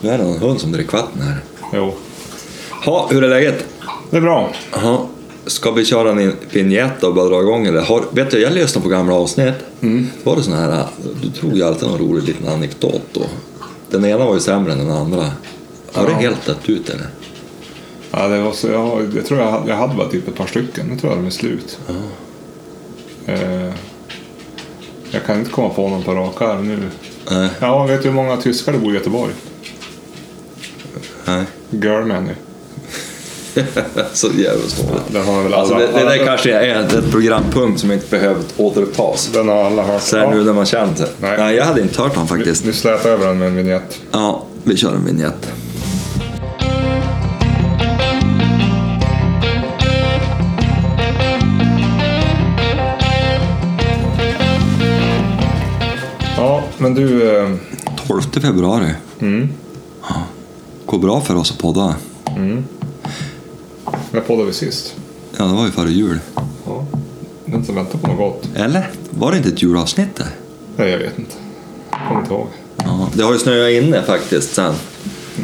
Nu är det någon hund som dricker vatten här. Jo, Ha, hur är läget? det är bra. Ja, ska vi köra en vignett och bara dra igång eller? Har, vet du, jag lyssnade på gamla avsnitt. Mm. Var det sån här, äh, du drog ju alltid någon rolig liten anekdot då. Den ena var ju sämre än den andra. Har det Ja. helt dött ut eller? Ja, det var så, jag, jag tror jag, hade- jag hade bara typ ett par stycken. Nu tror jag de är slut. Eh, jag kan inte komma på någon på rak arm nu. Nej, Ja, vet du hur många tyskar det bor i Göteborg? nej. Girlman. Så jävla dåligt. Den har väl alla. Alltså det, det där alla- kanske är ett programpunkt som inte behövt återupptas. Den har alla hört. Så här Ja, nu när man känner sig. Nej. Nej, jag hade inte hört honom nu faktiskt. nu slät jag över den med en vignett. Ja, vi kör en vignett. Ja, men du. Eh, 12 februari. Mm. Ja. Går bra för oss att podda. när poddade vi sist? Ja, det var ju före jul. Ja. Den som väntar på något gott. Eller? Var det inte ett julavsnitt där? Nej, jag vet inte. Kommer inte ihåg. Ja, det har ju snöat inne faktiskt sen.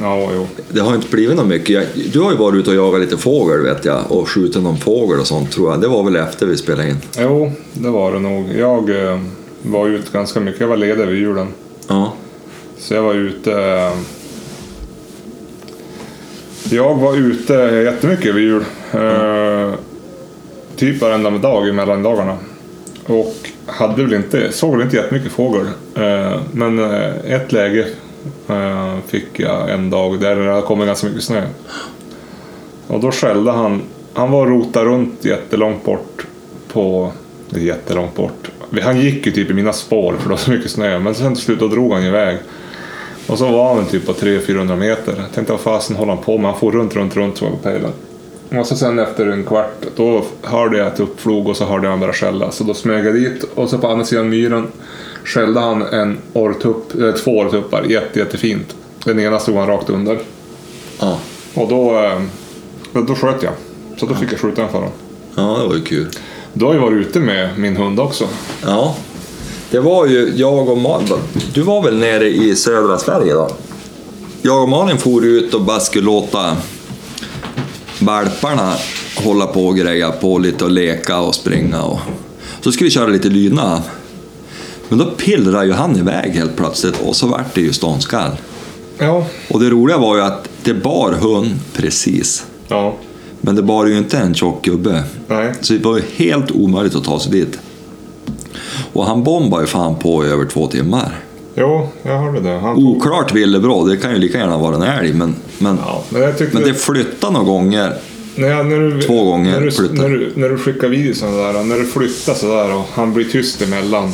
Ja, jo. Det har inte blivit något mycket. Jag, du har ju varit ute och jagat lite fågel vet jag och skjutit någon fågel och sånt tror jag. Det var väl efter vi spelade in. Jo, det var det nog. Jag eh, var ute ganska mycket. Jag var ledig vid julen. Ja. Så jag var ute... eh, Jag var ute jättemycket över jul. Eh, typ varenda dag i mellandagarna. Och hade väl inte, såg väl inte jättemycket fågel. Eh, men eh, ett läge eh, fick jag en dag där det hade kommit ganska mycket snö. Och då skällde han. Han var och rotade runt jättelångt bort på... det är Jättelångt bort. Han gick ju typ i mina spår för det var så mycket snö. Men sen till slut då drog han iväg. Och så var han väl typ på 300-400 meter. Jag tänkte vad fasen håller han på med? Han for runt, runt, runt såg jag på pejlen. Och så sen efter en kvart, då hörde jag ett uppflog och så hörde jag han börja skälla. Så då smög jag dit och så på andra sidan myren skällde han en orrtupp, eller två orrtuppar. Jätte, jättefint. Den ena stod han rakt under. Ja. Och då, eh, då sköt jag. Så då fick jag skjuta den för honom. ja, det var ju kul. Då har jag varit ute med min hund också. Ja. Det var ju jag och Malin. Du var väl nere i södra Sverige då? Jag och Malin for ut och bara skulle låta valparna hålla på och greja på lite och leka och springa. Och... Så skulle vi köra lite lydnad. Men då pillrade ju han iväg helt plötsligt och så vart det ju ståndskall. Ja. Och det roliga var ju att det bar hund precis. Ja. Men det bar ju inte en tjock gubbe. Nej. Så det var ju helt omöjligt att ta sig dit. Och han bombade ju fan på i över två timmar. Jo, jag hörde det. Han tog... Oklart villebråd, det kan ju lika gärna vara en älg, men, men, Ja, men jag tyckte... men det flyttade några gånger. När jag, när du, Två gånger när du, flyttar. när, du, när du skickar videon där, när du flyttar sådär och han blir tyst emellan.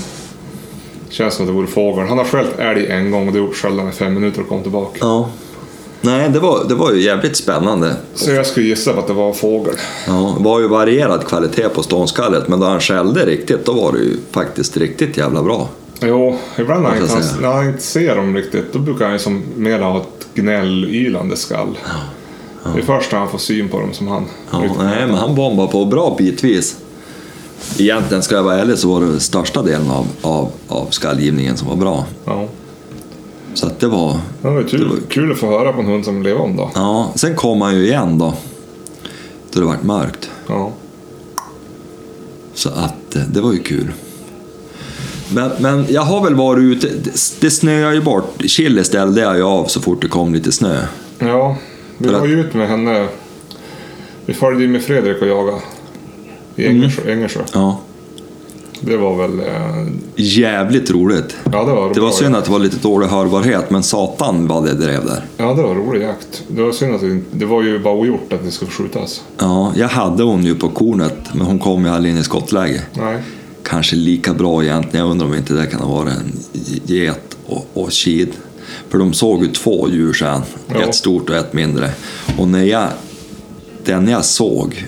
Känns som att det vore fågeln. Han har skällt älg en gång och det gjorde han i fem minuter och kom tillbaka. Ja. Nej, det var, det var ju jävligt spännande. Så jag skulle gissa på att det var fågel. Ja, det var ju varierad kvalitet på ståndskallet, men då han skällde riktigt, då var det ju faktiskt riktigt jävla bra. Jo, ibland när han, Vad ska jag inte, säga? när han inte ser dem riktigt, då brukar han ju som mer ha ett gnällylande skall. Det är först när han får syn på dem som han... Ja, nej, men han bombade på bra bitvis. Egentligen, ska jag vara ärlig, så var det största delen av, av, av skallgivningen som var bra. Ja. Så att det var... Det var ju kul, kul att få höra på en hund som lever om då. Ja, sen kom han ju igen då. Då det vart mörkt. Ja. Så att eh, det var ju kul. Men, men jag har väl varit ute... det- Det snöar ju bort. Chili ställde jag ju av så fort det kom lite snö. Ja, vi För att- var ju ute med henne. Vi följde ju med Fredrik och jaga i Mm. Ängersjö. Ängersjö. Ja, Det var väl... eh, jävligt roligt. Ja, det var Det var bra synd jakt. att det var lite dålig hörbarhet, men satan vad det drev där. Ja, det var rolig jakt. Det var synd att det, inte- det var ju bara ogjort att det skulle skjutas. Ja, jag hade hon ju på kornet, men hon kom ju aldrig in i skottläge. Nej. Kanske lika bra egentligen, jag undrar om inte det kan ha varit en get och, och kid. För de såg ju två djur sen, Ja. ett stort och ett mindre. Och när jag, den jag såg,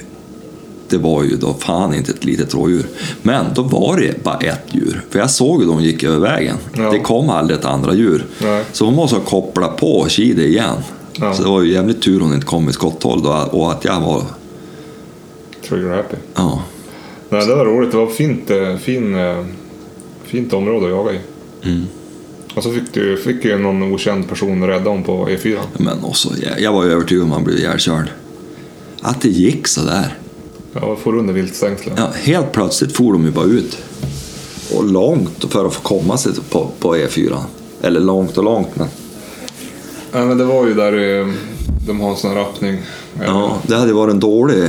det var ju då fan inte ett litet rådjur. Men då var det bara ett djur, för jag såg ju de gick över vägen. Ja. Det kom aldrig ett andra djur. Nej. Så hon måste ha kopplat på Kide igen. Ja. Så det var ju jävligt tur hon inte kom i skotthåll då, och att jag var... Trigger happy. Ja. Mm. Nej, det var roligt. Det var fint, eh, fin, eh, fint område att jaga i. Och så fick, du, fick ju någon okänd person rädda hon på E E4. Men också, jag, jag var ju övertygad om att han blev ihjälkörd. Att det gick så där. Ja, får under viltstängslen. Ja, helt plötsligt for de ju bara ut. Och långt för att få komma sig på, på E4. Eller långt och långt, men Nej, men det var ju där eh, de har en sån här öppning. ja, det hade varit en dålig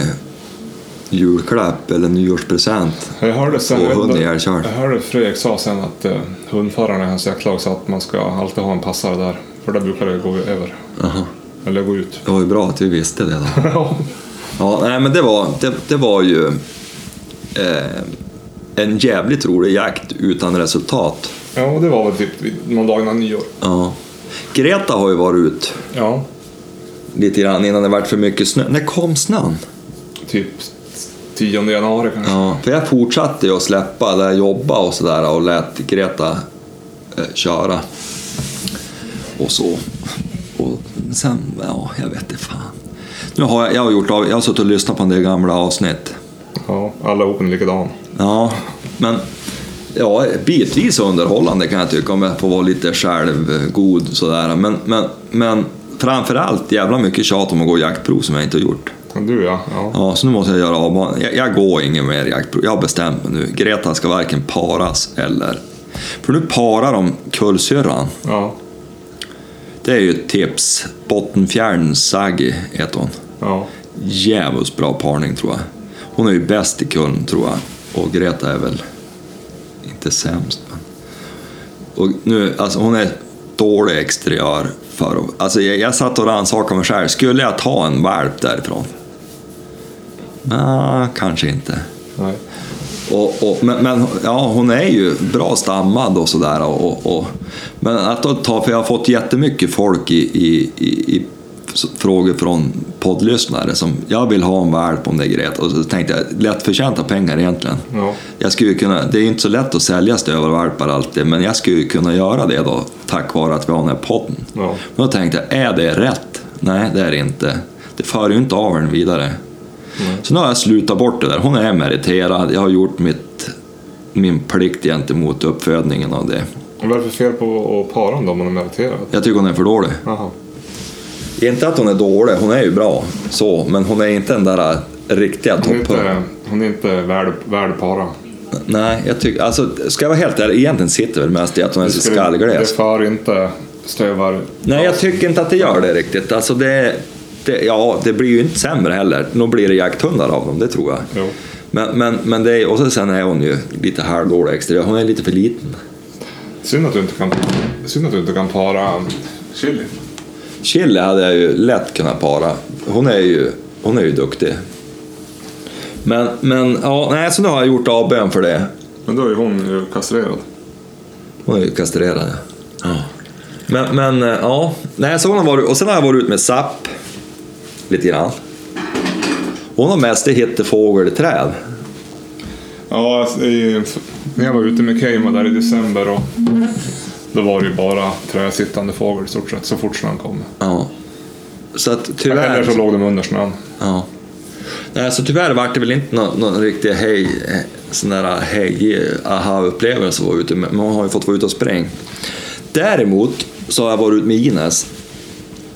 julklapp eller nyårspresent. Jag hörde sen, Och jag vet hund inte- är ihjälkörd. jag hörde Fredrik sa sen att eh, hundförarna i hans jaktlag sa att man ska alltid ha en passare där. För där brukar det gå över. Jaha. Eller gå ut. Det var ju bra att vi visste det då. Ja. Ja, nej, men det var, det, det var ju eh, en jävligt rolig jakt utan resultat. ja, det var väl typ vid- någon dag innan nyår. Ja. Greta har ju varit ut Ja, lite grann innan det vart för mycket snö. När kom snön? typ 10 januari kanske. Ja. För jag fortsatte ju att släppa där jag jobbade och sådär och lät Greta eh, köra. Och så. Och sen, ja, jag vet inte fan. Nu har jag, jag har gjort av, jag har suttit och lyssnat på en del gamla avsnitt. Ja, allihop är likadan. Ja, men ja, bitvis underhållande kan jag tycka om jag får vara lite självgod sådär. Men, men, men framförallt jävla mycket tjat om att gå jaktprov som jag inte har gjort. Men Du ja. ja. Ja, så nu måste jag göra avbanan. Jag, jag går ingen mer jaktprov. Jag har bestämt mig nu. Greta ska varken paras eller... För nu parar de kullsyrran. Ja, Det är ju ett tips. Bottenfjärden Saggi heter hon. ja. Djävulskt bra parning tror jag. Hon är ju bäst i kullen tror jag. Och Greta är väl inte sämst. Men... Och nu, alltså hon är dålig exteriör. För att... alltså, jag, jag satt och rannsakade mig själv. Skulle jag ta en valp därifrån? Nej, kanske inte. Nej. Och, och, men men ja, hon är ju bra stammad och sådär. Och, och, och, men att då ta, för jag har fått jättemycket folk i, i, i, i s- frågor från poddlyssnare som jag vill ha en valp om det är Greta. Och så tänkte jag, lättförtjänta pengar egentligen. Ja. Jag skulle ju kunna, det är ju inte så lätt att sälja stövarvalpar alltid, men jag skulle ju kunna göra det då tack vare att vi har den här podden. Ja. Men då tänkte jag, är det rätt? Nej, det är det inte. Det för ju inte av den vidare. Mm. Så nu har jag slutat bort det där. Hon är meriterad, jag har gjort mitt, min plikt gentemot uppfödningen av det. Och Vad är det för fel på att para dem då om man är meriterad? Jag tycker hon är för dålig. Jaha. Inte att hon är dålig, hon är ju bra, så, men hon är inte den där riktiga Hon är topphönan. inte, hon är inte värd, värd para. Alltså, Nej, jag tycker, alltså, ska jag vara helt ärlig, egentligen sitter väl mest i att hon är så Det skallgläst. för inte stövar... Nej, jag tycker inte att det gör det riktigt. Alltså det, det, ja, det blir ju inte sämre heller. Nog blir det jakthundar av dem, det tror jag. Jo. Men, men, men det är, och så sen är hon ju lite halvdålig exteriör. Hon är lite för liten. Synd att du inte kan, synd att du inte kan para chili. Chili hade jag ju lätt kunnat para. Hon är ju, hon är ju duktig. Men, men ja, nej, så nu har jag gjort avbön för det. Men då är ju hon ju kastrerad. Hon är ju kastrerad. ja. Ja. Men, men eh, ja, nej, så hon har varit, och sen har jag varit ut med Zapp lite grann. Hon har mest i hittefågelträd. Ja, alltså, i, när jag var ute med Keima där i december och då var det ju bara träsittande fågel i stort sett så fort snön kom. Ja. Så att Eller så tyvärr... låg de under snön. Ja. Nej, så tyvärr vart det väl inte någon, någon riktig hej, eh, sån där hej, aha-upplevelse att vara ute med. Men man har ju fått vara ute och spräng. Däremot så har jag varit ute med Ines.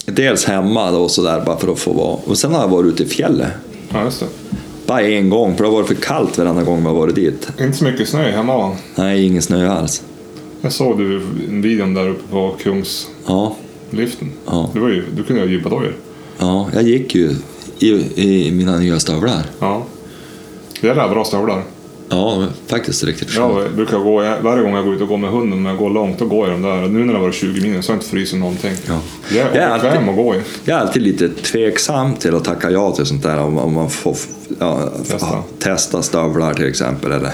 Dels hemma då och sådär bara för att få vara. Och sen har jag varit ute i fjället. Ja, just Bara en gång, för det har varit för kallt varenda gång vi har varit dit. det. Inte så mycket snö hemma va? Nej, ingen snö alls. Jag såg du en videon där uppe på Kungsliften. Ja, Ja. Det var ju, du kunde ju ha gympadojor. ja, jag gick ju i, i mina nya stövlar. Ja. Det är bra stövlar. Ja, faktiskt riktigt skönt. Jag brukar gå, jag- varje gång jag går ut och går med hunden, när jag går långt, då går jag i de där. Nu när det har varit 20 minus så har jag inte frysit någonting. Ja. Det är Det är obekväm alltid- att gå i. Jag är alltid lite tveksam till att tacka ja till sånt där om, om man får ja, Testa. testa. testa stövlar till exempel. Eller.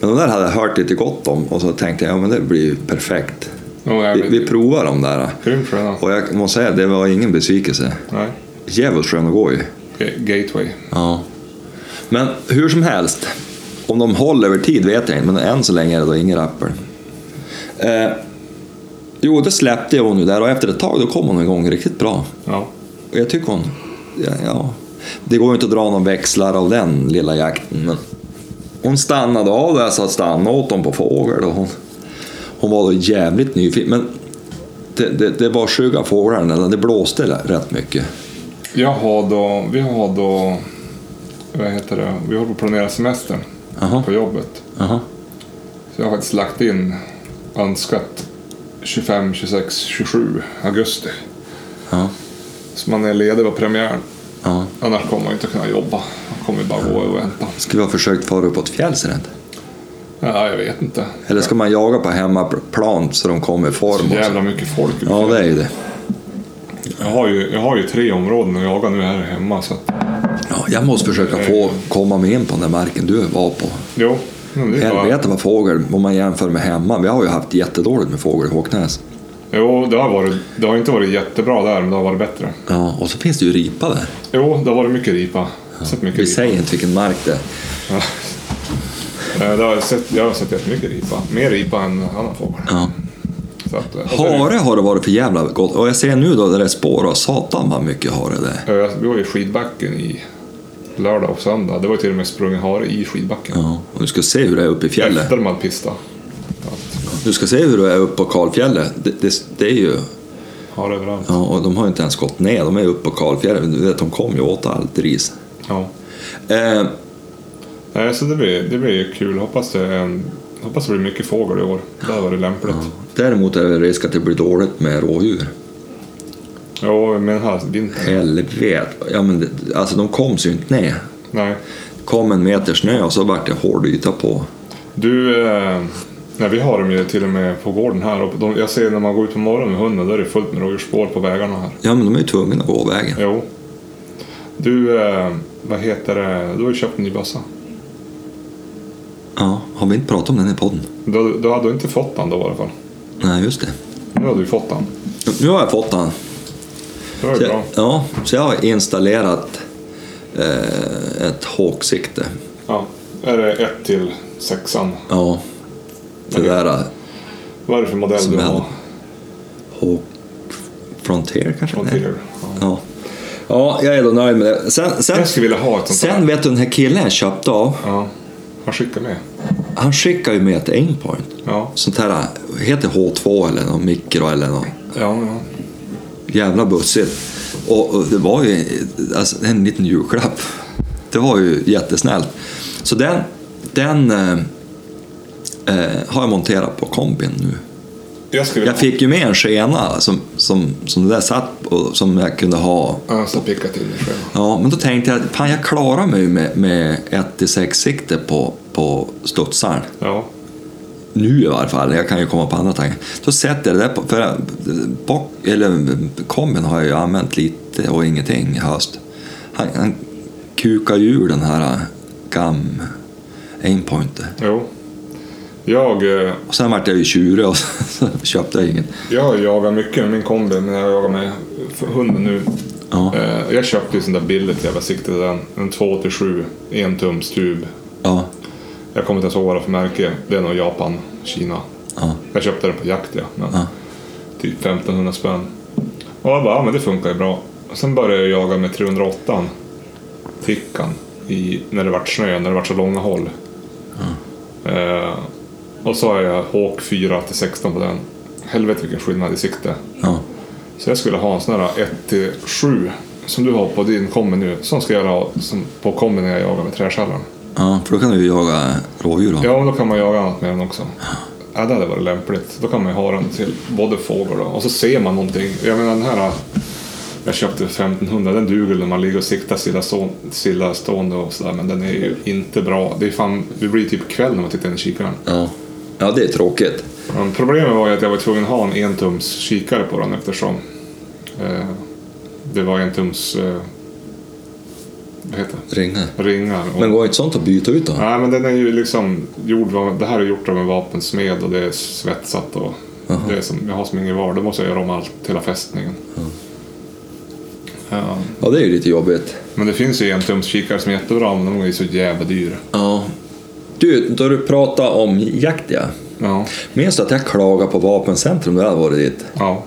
Men de där hade jag hört lite gott om och så tänkte jag ja, men det blir ju perfekt. Ja, jag Vi, vet. vi provar de där. Grymt för den. alltså. Och jag måste säga, det var ingen besvikelse. Nej. Djävulskt skön att gå i. Ga- Gateway. Ja. Men hur som helst, om de håller över tid vet jag inte, men än så länge är det då ingen rapper. Eh, jo, det släppte hon ju där och efter ett tag då kom hon igång riktigt bra. Ja. Och jag tycker hon... Ja, ja. Det går ju inte att dra någon växlar av den lilla jakten, men... Hon stannade av där jag sa stanna åt dem på fågel och hon... Hon var då jävligt nyfiken. Men det, det, det var skygga fåglar, eller det blåste rätt mycket. Jag har då, vi har då, vad heter det, vi håller på att planera semestern Jaha, på jobbet. jaha. Så jag har faktiskt lagt in önskat 25, 26, 27 augusti. Ja, Så man är ledig på premiären. ja. Annars kommer man inte kunna jobba. Man kommer ju bara gå och vänta. Skulle ha försökt fara uppåt fjälls rent. Ja, jag vet inte. Eller ska man jaga på hemmaplan så de kommer i form? Så Också? jävla mycket folk. Ja, det är ju det. Jag, har ju, jag har ju tre områden att jaga nu här hemma. Så att, Ja, jag måste försöka få komma mig in på den där marken du var på. jo, men det är bara, Helvete vad fågel, om man jämför med hemma. Vi har ju haft jättedåligt med fågel i Håknäs. jo det, har varit, det har inte varit jättebra där, men det har varit bättre. Ja, och så finns det ju ripa där. Jo, det har varit mycket ripa. Sett mycket Vi ripa. säger inte vilken mark det är. Eh, Det har jag, sett, jag har sett jättemycket ripa. Mer ripa än annan fågel. Ja. Så att, eh, och sen- Hare har det varit för jävla gott. Och jag ser nu då där det är spår och satan vad mycket hare det är. Ja, jag- Vi var ju i skidbacken i lördag och söndag. Det var ju till och med sprungen hare i skidbacken. Ja, och du ska se hur det är uppe i fjället. Efter man pista. Du ska se hur det är uppe på kalfjället. Det, det, det är ju... Hare överallt. Ja, och de har ju inte ens gått ner. De är uppe på kalfjället. Du vet, de kom ju åt allt ris. Ja. Eh, Nej, Eh, så det blir, det blir kul. Hoppas det, är en- hoppas det blir mycket fågel i år. Det hade varit lämpligt. däremot är det risk att det blir dåligt med rådjur. Jo, men här vintern. Helvete. Ja, men det, alltså de kom sig ju inte ner. Nej. kom en meter snö och så vart det hård yta på. Du, eh, nej, vi har dem ju till och med på gården här. Och de, jag ser när man går ut på morgonen med hunden, då är det fullt med rådjursspår på vägarna här. Ja, men de är ju tvungna att gå vägen. Jo. Du, eh, vad heter det? Du har ju köpt en ny bössa. Ja, har vi inte pratat om den i podden? Du, du hade inte fått den då i alla fall. Nej, just det. Nu har du fått den. Nu har jag fått den. Det var ju Så bra. jag, ja, så jag har installerat eh, ett håksikte. Ja. Är det 1 till 6 Ja, det Okej. där eh, Vad är det för modell Som du jag har? hade. håk... Frontier kanske? Från den heter. tidigare? Ja. ja, jag är då nöjd med det. Sen, sen, Jag skulle vilja ha ett sånt sen där. vet du den här killen jag köpte av, Ja. Han skickar med. han skickar ju med ett aimpoint. Ja. Sånt här, eh, heter H2 eller någon mikro eller något. Ja, ja. jävla bussigt. Och, och det var ju alltså, en liten julklapp. Det var ju jättesnällt. Så den, den eh, eh, har jag monterat på kombin nu. Jag skulle vilja Jag fick ju med en skena som, som, som det där satt och som jag kunde ha. ha... Ja, så picka till dig själv. Ja, men då tänkte jag fan jag klarar mig med, med 1-6-sikte på, på studsaren. Ja. Nu i varje fall, jag kan ju komma på andra tankar. Så sätter jag det där på, för jag- bak, eller komben har jag ju använt lite och ingenting i höst. Han, han kukar ju ur den här äh, gam aimpointer. Jo. Jag, eh, Och sen vart jag ju tjurig och så köpte jag ingen. jag har jagat mycket med min kombi när jag jagar med hunden nu. Ja, Eh, Jag köpte ju sånt där billigt jävla sikte. Den, en 2-7 entumstub. ja, Jag kommer inte ens ihåg vad det är för märke. Det är nog Japan, Kina. ja, Jag köpte den på jakt ja. Men Ja. Typ 1500 spänn. Och jag bara, ja men det funkar ju bra. Och sen började jag jaga med 308 Tickan. I, när det vart snö, när det vart så långa håll. Eh, och så har jag Hawk 4 till 16 på den. Helvete vilken skillnad i sikte. ja. Så jag skulle ha en sån här 1 till 7 som du har på din kombi nu. Sån ska jag ha som, på kombin när jag jagar med träskällan. ja för då kan du ju jaga rådjur. Då. Ja, men då kan man jaga annat med den också. Ja, det hade varit lämpligt. Då kan man ju ha den till både fågel och, och så ser man någonting. Jag menar den här jag köpte för 1500, den duger när man ligger och siktar stilla, så, stilla stående och sådär. Men den är ju inte bra. Det, är fan, det blir typ kväll när man tittar in i kikaren. Ja. ja, det är tråkigt. Men problemet var ju att jag var tvungen att ha en entums kikare på den eftersom eh, det var entums eh, vad heter Ringa. det? ringar. Och, Men går inte sånt att byta ut då? Nej, men den är ju liksom gjord av, det här är gjort av en vapensmed och det är svetsat och det är som, jag har som ingen var, då måste jag göra om allt, hela fästningen. Ja, Ja, det är ju lite jobbigt. men det finns ju entumskikare som är jättebra, men de är ju så jävla dyra. Ja. Du, då du pratar om jakt ja. Ja, Minns du att jag klagade på vapencentrum när jag hade varit dit? ja,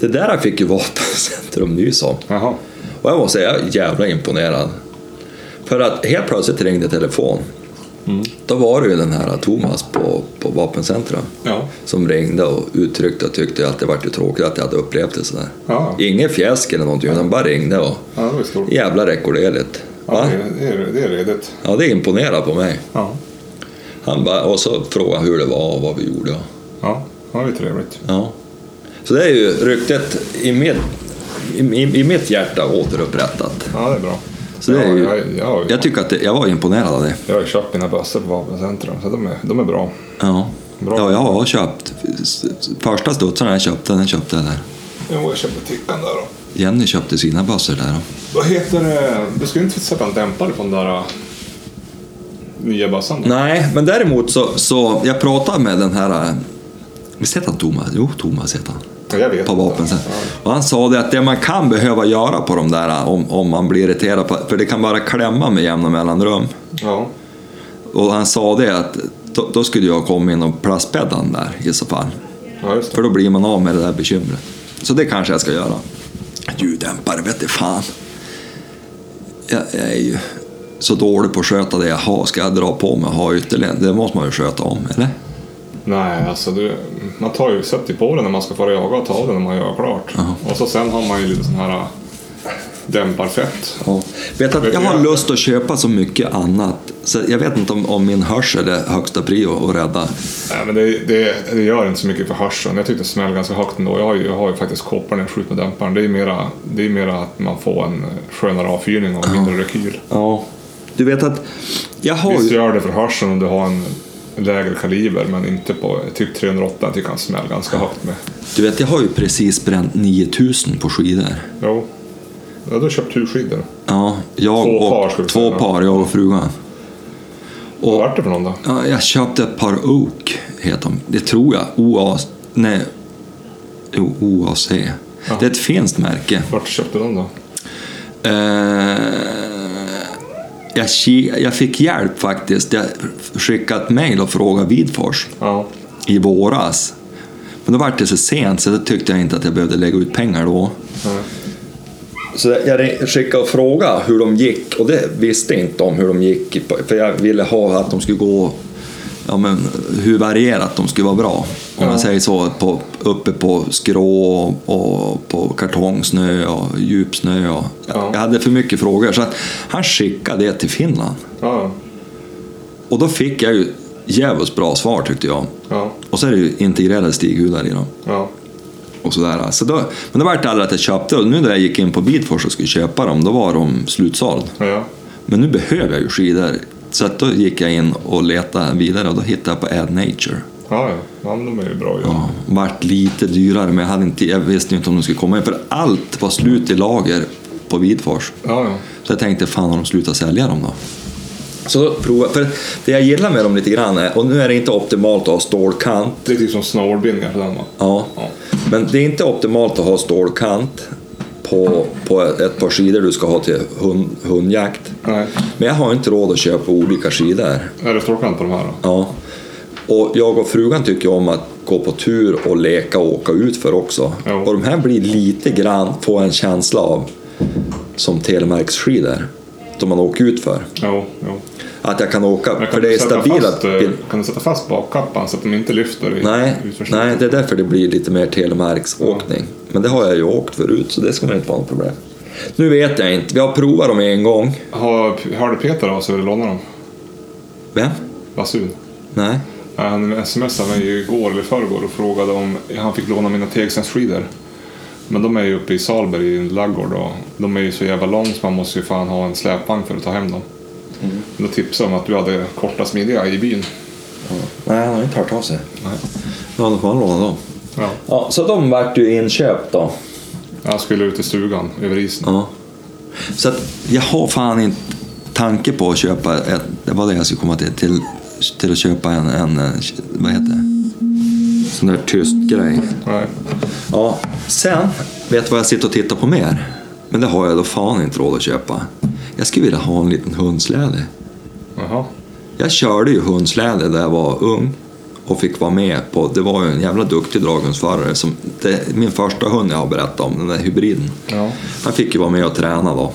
Det där fick ju vapencentrum nys om. jaha, Och jag måste säga, jag är jävla imponerad. För att helt plötsligt ringde telefon. Då var det ju den här Thomas på, på vapencentrum Ja. som ringde och uttryckte och tyckte att det var ju tråkigt att jag hade upplevt det sådär. Ja. Inget fjäsk eller någonting, utan bara ringde och Ja, det var ju stort. jävla rekorderligt. Ja, Va? det, är- det, är, det är redigt. Ja, det imponerade på mig. Ja. Han bara, och så frågade han hur det var och vad vi gjorde. Ja, ja det är trevligt. Ja. Så det är ju ryktet i mitt, i, i, i mitt hjärta återupprättat. Ja, det är bra. Så det är ju- ja, jag, jag, har ju- Jag tycker att det, jag var imponerad av det. jag har ju köpt mina bössor på Vapencentrum, så de är, de är bra. Ja. Bra. ja, jag har köpt. Första studsaren jag köpte, den köpte jag där. Jo, jag köpte Tickan där då. Jenny köpte sina bössor där. Vad heter det? Du skulle inte sätta en dämpare på den där äh, nya bössan? då? Nej, men däremot så, så jag pratade med den här... eh, Visst heter han Thomas? Jo, Thomas heter han. Ja, Jag vet på vapen sen. Och han sa det att det man kan behöva göra på de där eh, om, om man blir irriterad, på, för det kan bara klämma med jämna mellanrum. Ja. Och han sa det att då, då skulle jag komma in och plastbädda den där i så fall. ja, just det. För då blir man av med det där bekymret. Så det kanske jag ska göra. Ljuddämpare, vet du fan. Jag, jag är ju så dålig på att sköta det jag har. Ska jag dra på mig och ha ytterligare? Det måste man ju sköta om, eller? Nej, alltså du, man tar ju, sätter ju på den när man ska fara jaga och ta den när man gör klart. Och så sen har man ju lite sån här äh, dämparfett. Ja. Vet att jag har lust att köpa så mycket annat. Så jag vet inte om, om min hörsel är högsta prio att rädda. Nej, men det, det, det gör inte så mycket för hörseln. Jag tyckte det smällde ganska högt ändå. Jag har ju, jag har ju faktiskt koppar när jag skjuter med dämparen. Det är ju mera, det är mera att man får en skönare avfyrning och mindre rekyl. Ja. Du vet att jag har Visst ju... gör det för hörseln om du har en lägre kaliber men inte på typ 308. Jag tycker han smäller ganska högt med. Du vet, jag har ju precis bränt 9000 på skidor. Jo. Ja, du har köpt turskidor. Ja, jag Två och... par, skulle du Två säga. par, jag och frugan. Vad vart det för någon då? Ja, jag köpte ett par Oak, heter de. Det tror jag. OA... Nej. Jo, OAC. Ja. Det är ett finskt märke. Vart köpte du dem då? Eh, jag, ki- jag fick hjälp faktiskt. Jag skickade ett mejl och frågade Vidfors Ja. i våras. Men då var det så sent så då tyckte jag inte att jag behövde lägga ut pengar då. Nej. Så jag ring- skickade och frågade hur de gick och det visste inte de hur de gick. För jag ville ha att de skulle gå, ja men hur varierat de skulle vara bra. Om Ja. man säger så, på, uppe på skrå och på kartongsnö och djupsnö. Och, Ja. Jag hade för mycket frågor så att han skickade det till Finland. Ja, Och då fick jag ju jävligt bra svar tyckte jag. ja, Och så är det ju integrerade stighudar i dem ja. och sådär. Så då, men då var det aldrig att jag köpte och nu när jag gick in på Bidfors och skulle köpa dem, då var de slutsåld. ja, ja. Men nu behöver jag ju skidor. Så att då gick jag in och letade vidare och då hittade jag på Ad Nature. Ja, ja. ja men de är ju bra ju. Ja. Ja, vart lite dyrare men jag, hade inte, jag visste ju inte om de skulle komma in för allt var slut i lager på Vidfors. ja, Så jag tänkte, fan har de slutat sälja dem då? Så då provade, för det jag gillar med dem lite grann är, och nu är det inte optimalt att ha stålkant Det är typ som snowboardbindningar för den va? Ja. Ja. Men det är inte optimalt att ha stålkant på, på ett par skidor du ska ha till hund, hundjakt. Nej. Men jag har inte råd att köpa olika skidor. Är det strålkant på de här då? Ja. Och jag och frugan tycker om att gå på tur och leka och åka ut för också. Ja. Och de här blir lite grann, får jag en känsla av, som telemarksskidor. Som man åker ut för. Jo, jo. Att jag kan åka, Men för det är du sätta stabila... Fast, eh, kan du sätta fast bakkappan så att de inte lyfter? I, Nej, utförsbacken? nej, det är därför det blir lite mer telemarksåkning. Men det har jag ju åkt förut, så det ska väl inte vara något problem. Nu vet jag inte, vi har provat dem en gång. Har, hörde Peter av sig och lånade dem? Vem? Basun? Nej. Nej, Han smsade mig ju igår eller förrgår och frågade om han fick låna mina Tegsenskidor. Men de är ju uppe i Salberg i en laggård och de är ju så jävla långa så man måste ju fan ha en släpvagn för att ta hem dem. Mm. Då tipsade de att du hade korta smidiga i byn. Nej, han har inte hört av sig. Nej. Ja, då får han låna dem. Ja. Ja, så de vart ju inköpt då. Jag skulle ut i stugan över isen. Ja. Så att jag har fan inte tanke på att köpa, ett, det var det jag skulle komma till, till, till att köpa en, en, eh, vad heter det? Sån där tyst grej. Nej. Ja, sen vet du vad jag sitter och tittar på mer? Men det har jag då fan inte råd att köpa. Jag skulle vilja ha en liten hundsläde. Jaha. Jag körde ju hundsläde där jag var ung och fick vara med på, det var ju en jävla duktig draghundsförare som, det, min första hund jag har berättat om, den där hybriden. Ja. Han fick ju vara med och träna då. Och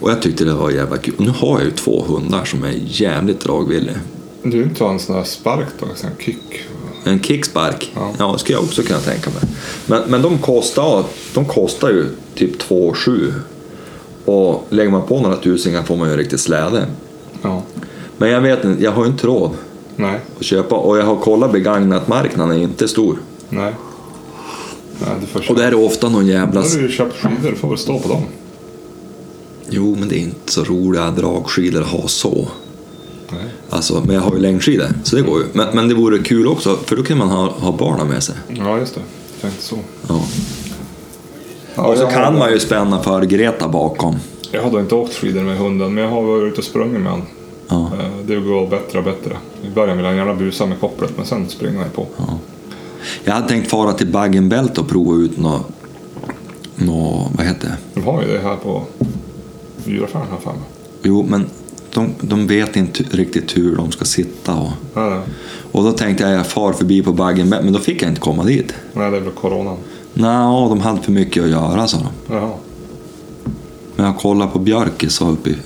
Och jag tyckte det var jävla kul. Och nu har jag ju två hundar som är jävligt dragvilliga. Du inte ha en sån där spark då, en sån här kick. En kickspark? Ja. Ja, det skulle jag också kunna tänka mig. Men, men de, kostar, de kostar ju typ 2,7. Och lägger man på några tusingar får man ju en riktig släde. Ja. Men jag vet inte, jag har ju inte råd Nej, att köpa och jag har kollat begagnat marknaden är inte stor. nej. Nej, du får Och köpa. där är ofta någon jävla... Då har du ju köpt skidor, du får väl stå på dem. Jo, men det är inte så roliga dragskidor att ha så. Nej. Alltså, men jag har ju längdskidor, så det går ju. Men, men det vore kul också, för då kan man ha, ha barnen med sig. Ja, just det. Jag tänkte så. Ja. Ja, Och så jag har- kan man ju spänna för Greta bakom. Jag har då inte åkt skidor med hunden, men jag har varit ute och sprungit med honom. Eh, Ja. Det går bättre och bättre. I början ville han gärna busa med kopplet, men sen springer han ju på. Jag hade tänkt fara till Baggenbält och prova ut nå... nå vad heter det? De har ju det här på djuraffären här framme. Jo, men de, de vet inte riktigt hur de ska sitta. Och, Nej, nej. och då tänkte jag jag far förbi på Baggenbält, men då fick jag inte komma dit. nej, det är väl coronan. Nå, de hade för mycket att göra sa de. Jaha. Men jag kollade på Björkis och uppe i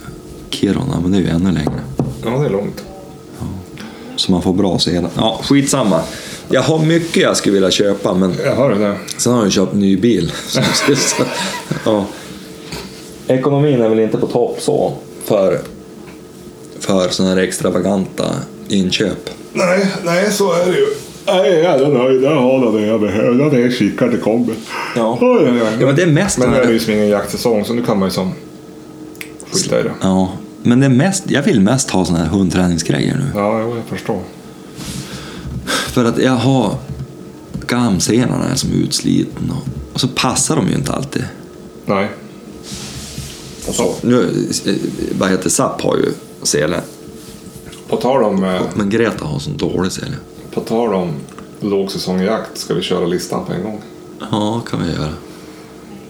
Kiruna, men det är ju ännu längre. Ja, det är långt. Så man får bra sedan. Ja, skitsamma. Jag har mycket jag skulle vilja köpa, men Jag hör det. sen har jag ju köpt ny bil. Så- ja. Ekonomin är väl inte på topp så för, för sådana här extravaganta inköp. Nej, nej, så är det ju. Nej, jag är jävla nöjd. Jag har det jag behöver. Jag är kikare till kombi. Ja. Oj, oj, oj. Ja, men det är mest Men nu är det här- ju som ingen jaktsäsong, så nu kan man ju som skita i det. Ja, men det är mest, jag vill mest ha sådana här hundträningsgrejer nu. Ja, jo, jag förstår. För att jag har gamsenarna är som utsliten och, och så passar de ju inte alltid. Nej. Nu, eh, vad heter SAP har ju sele, På tal om... Eh, men Greta har sån dålig sele. På tal om lågsäsongjakt ska vi köra listan på en gång. Ja, kan vi göra.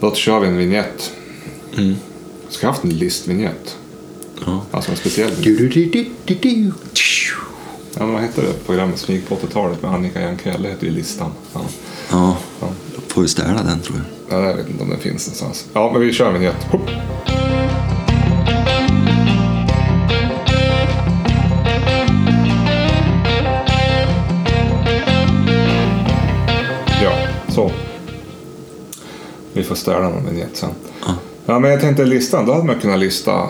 Då kör vi en vignett. Mm. Ska jag haft en listvignett? Ja. Alltså en speciell vignett. Ja, men vad hette det programmet som gick på 80-talet med Annika Jankell? Det hette ju Listan. Ja. Ja, Ja. får ju ställa den tror jag. Ja, Jag vet inte om den finns någonstans. Ja, men vi kör en vignett. Hopp. Ja, så. Vi får störa någon vignett sen. Ja. Ja, men jag tänkte listan. Då hade man kunnat lista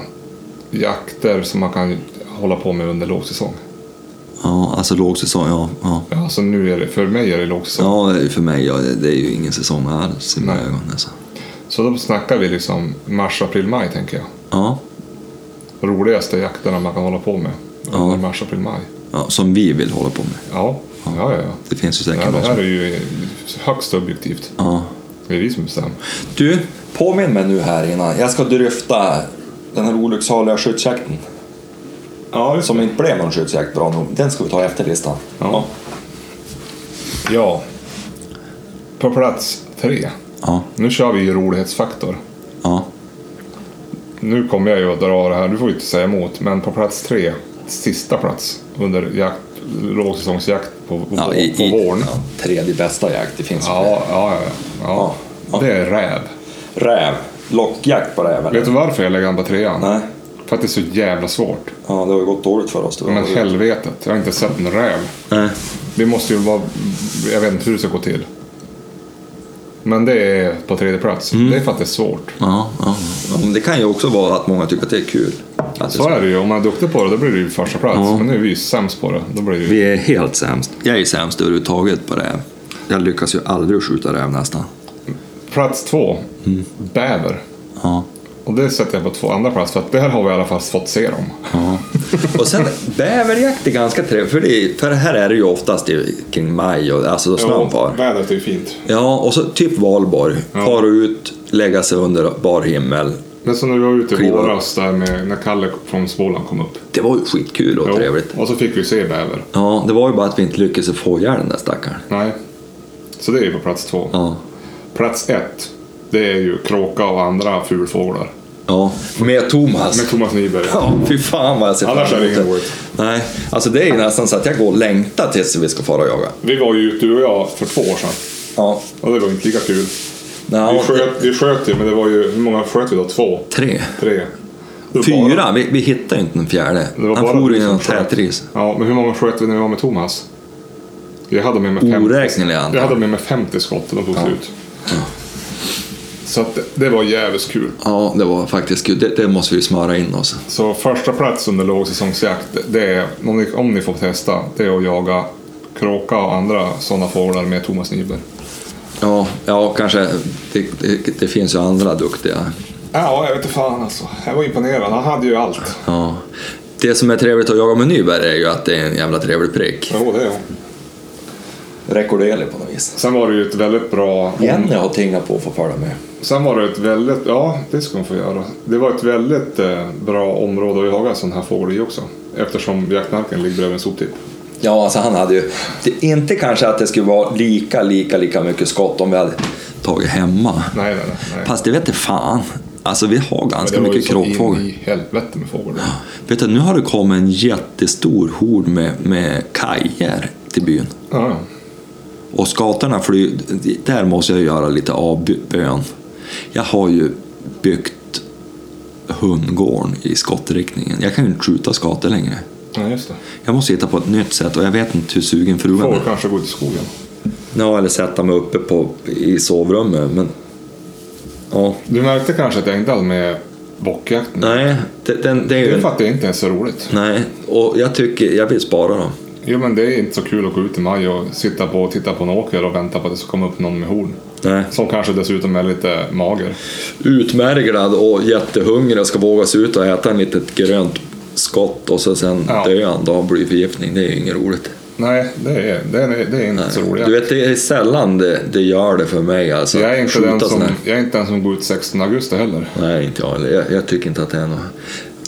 jakter som man kan hålla på med under lågsäsong. Ja, alltså lågsäsong, ja. Ja, Ja, Alltså nu är det, för mig är det lågsäsong. ja det är ju för mig, ja, det det är ju ingen säsong alls i mina Nej. ögon. Alltså. Så då snackar vi liksom mars, april, maj tänker jag. Ja, roligaste jakterna man kan hålla på med Ja. under mars, april, maj. ja, som vi vill hålla på med. Ja, ja, ja. ja. Det finns ju säkert ja det någon här som... är ju högst objektivt. Ja. Det är vi som bestämmer. Du, påminn mig nu här innan. Jag ska dryfta den här olycksaliga skyddsjakten. Ja, just Som inte blev någon skyddsjakt bra nog. Den ska vi ta efter listan. Ja. ja. På plats tre. Ja, Nu kör vi ju rolighetsfaktor. ja. Nu kommer jag ju att dra det här, du får ju inte säga emot, men på plats tre, sista plats under jakt, lågsäsongsjakt på, på, ja på våren. ja, tredje bästa jakt, det finns ju Ja, ja, ja, ja. ja. Ja. Det är räv. det. Räv. Lockjakt på räv Vet eller? du varför jag lägger den på trean? Nej. För att det är så jävla svårt. Ja, det har ju gått dåligt för oss. Det var- Men helvetet, jag har inte sett en räv. Nej. Vi måste ju vara... Jag vet inte hur det ska gå till. Men det är på tredje plats. Mm. Det är för att det är svårt. Ja, ja. ja. Men det kan ju också vara att många tycker att det är kul. Att det är Så är det ju. Om man är duktig på det, då blir det ju första plats. Men nu är vi ju sämst på det. Då blir det ju... Vi är helt sämst. Jag är sämst överhuvudtaget på räv. Jag lyckas ju aldrig skjuta räv nästan. Plats två, Mm. bäver. Ja. Och det sätter jag på två andra plats för att där har vi i alla fall fått se dem. Och sen bäverjakt är ganska trevligt för, det, för här är det ju oftast i- kring maj och alltså då snön far. vädret är ju fint. Ja, och så typ valborg. Ja. Fara ut, lägga sig under bar himmel. Men som när vi var ute i Kliva upp. våras där med, när Kalle från Småland kom upp. Det var ju skitkul och Jo, trevligt. Och så fick vi se bäver. Ja, det var ju bara att vi inte lyckades få ihjäl den där stackaren. Nej. Så det är ju på plats två. Ja. Plats ett, det är ju kråka och andra fulfåglar. ja. Med Thomas. Med Thomas Nyberg. Alltså. Ja, fy fan vad jag ser Annars fram är det emot ingen roligt. Nej, alltså det är ju nästan så att jag går och längtar tills vi ska fara och jaga. Vi var ju ute, du och jag, för två år sedan. Ja. Och det var inte lika kul. Nej, Vi sköt, vi sköt ju, men det var ju... Hur många sköt vi då? Två? Tre. Tre? Det var bara- Fyra? Vi, vi hittade ju inte den fjärde. Det var Han bara for du ju i som någon sköt. tätris. Ja, men hur många sköt vi när vi var med Thomas? Jag hade med mig 50, Oräkneliga antal. Jag hade med mig 50 skott och de tog slut. Så att det, det var jävligt kul. Ja, det var faktiskt kul. Det, det måste vi ju smöra in oss. Så första plats under lågsäsongsjakt, det är, om ni, om ni får testa, det är att jaga kråka och andra sådana fåglar med Thomas Nyberg. Ja, ja kanske. Det, det, det finns ju andra duktiga. Ja, jag vet inte fan alltså. Jag var imponerad. Han hade ju allt. Ja. Det som är trevligt att jaga med Nyberg är ju att det är en jävla trevlig prick. Jo, det är hon. Rekorderlig på något vis. Sen var det ju ett väldigt bra... Jenny har tingat på för att följa med. Sen var det ett väldigt... Ja, det ska hon få göra. Det var ett väldigt eh, bra område att jaga sån här fågel i också. Eftersom jaktmarken ligger bredvid en soptipp. Ja, alltså han hade ju... Det, inte kanske att det skulle vara lika, lika, lika mycket skott om vi hade tagit hemma. Nej, nej, nej. nej. Fast det vet jag fan. Alltså vi har Men ganska var ju mycket så in kråkfågel. i helvete med fågel. Vet du, nu har det kommit en jättestor hord med, med kajer till byn. Ja, ja. Och skatorna flyr... Där måste jag göra lite avbön. Jag har ju byggt hundgården i skottriktningen. Jag kan ju inte skjuta skator längre. ja, just det. Jag måste hitta på ett nytt sätt och jag vet inte hur sugen frugan Får är. kanske gå ut i skogen. Ja, eller sätta mig uppe på, i sovrummet. Men... Ja, Du märkte kanske ett Engdahl med bockjakten? nej. Det, den, det är Det ju... är för att det inte är så roligt. Nej, och jag tycker... Jag vill spara dem. Jo, men det är inte så kul att gå ut i maj och sitta på och titta på en åker och vänta på att det ska komma upp någon med horn. Nej. Som kanske dessutom är lite mager. utmärglad och jättehungrig och ska våga sig ut och äta en litet grönt skott och så sen Ja. dö han då av blyförgiftning. Det är ju inget roligt. Nej, det är, det är, det är inte så roligt. Du vet, det är sällan det, det gör det för mig alltså. jag, är att inte den skjuta som, sån här. jag är inte den som går ut 16 augusti heller. Nej, inte jag heller. jag, jag tycker inte att det är något.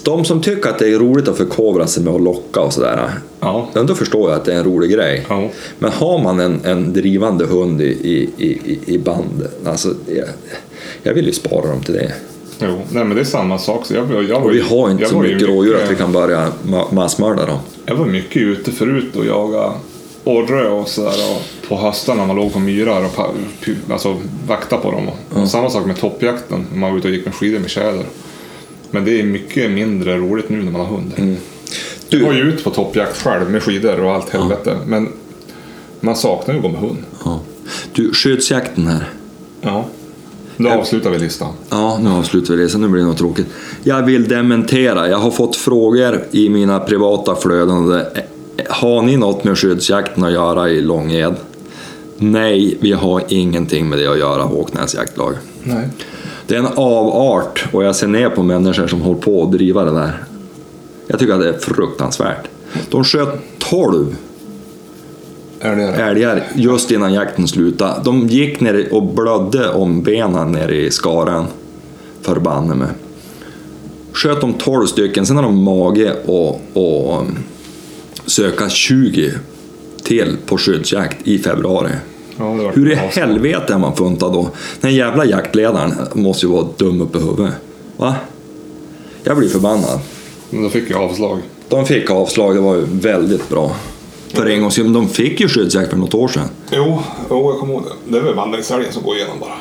De som tycker att det är roligt att förkovra sig med att locka och sådär. Ja. men Då förstår jag att det är en rolig grej. Ja. Men har man en, en drivande hund i, i, i, i band, alltså, jag, jag vill ju spara dem till det. Jo. Nej, men det är samma sak. Så jag, jag, jag, var Och vi ju- har inte jag så var ju mycket rådjur att vi kan börja ma- massmörda dem. Jag var mycket ute förut och jagade orre och sådär och på hösten när man låg på myrar och pa- pu- alltså, vakta på dem. Och Samma sak med toppjakten, när man var ute och gick med skidor med tjäder. Men det är mycket mindre roligt nu när man har hund. Jag var Du, ju ute på toppjakt själv med skidor och allt helvete. Men man saknar ju att gå med hund. ja. du skyddsjakten här. Ja. Då avslutar vi listan. Ja, nu avslutar vi det, så nu blir det något tråkigt. Jag vill dementera. Jag har fått frågor i mina privata flöden. och det- eh, Har ni något med skyddsjakten att göra i Långed? Nej, vi har ingenting med det att göra, Håknäs jaktlag. Nej. Det är en avart och jag ser ner på människor som håller på att driva det där. Jag tycker att det är fruktansvärt. De sköt 12 Är det det? älgar just innan jakten slutade. De gick ner och blödde om benen nere i skaran. Förbanne mig. Sköt de 12 stycken, sen har de mage och, och um, söka 20 till på skyddsjakt i februari. Ja, det var Hur i bra. helvete är man funtad då? Den jävla jaktledaren måste ju vara dum uppe i huvudet. Va? Jag blir förbannad. Men Då fick jag avslag. De fick avslag, det var ju väldigt bra. För en gångs skull, men de fick ju skyddsjakt för något år sedan. Jo, jo jag kommer ihåg det. Det är väl vandringsälgen som går igenom bara.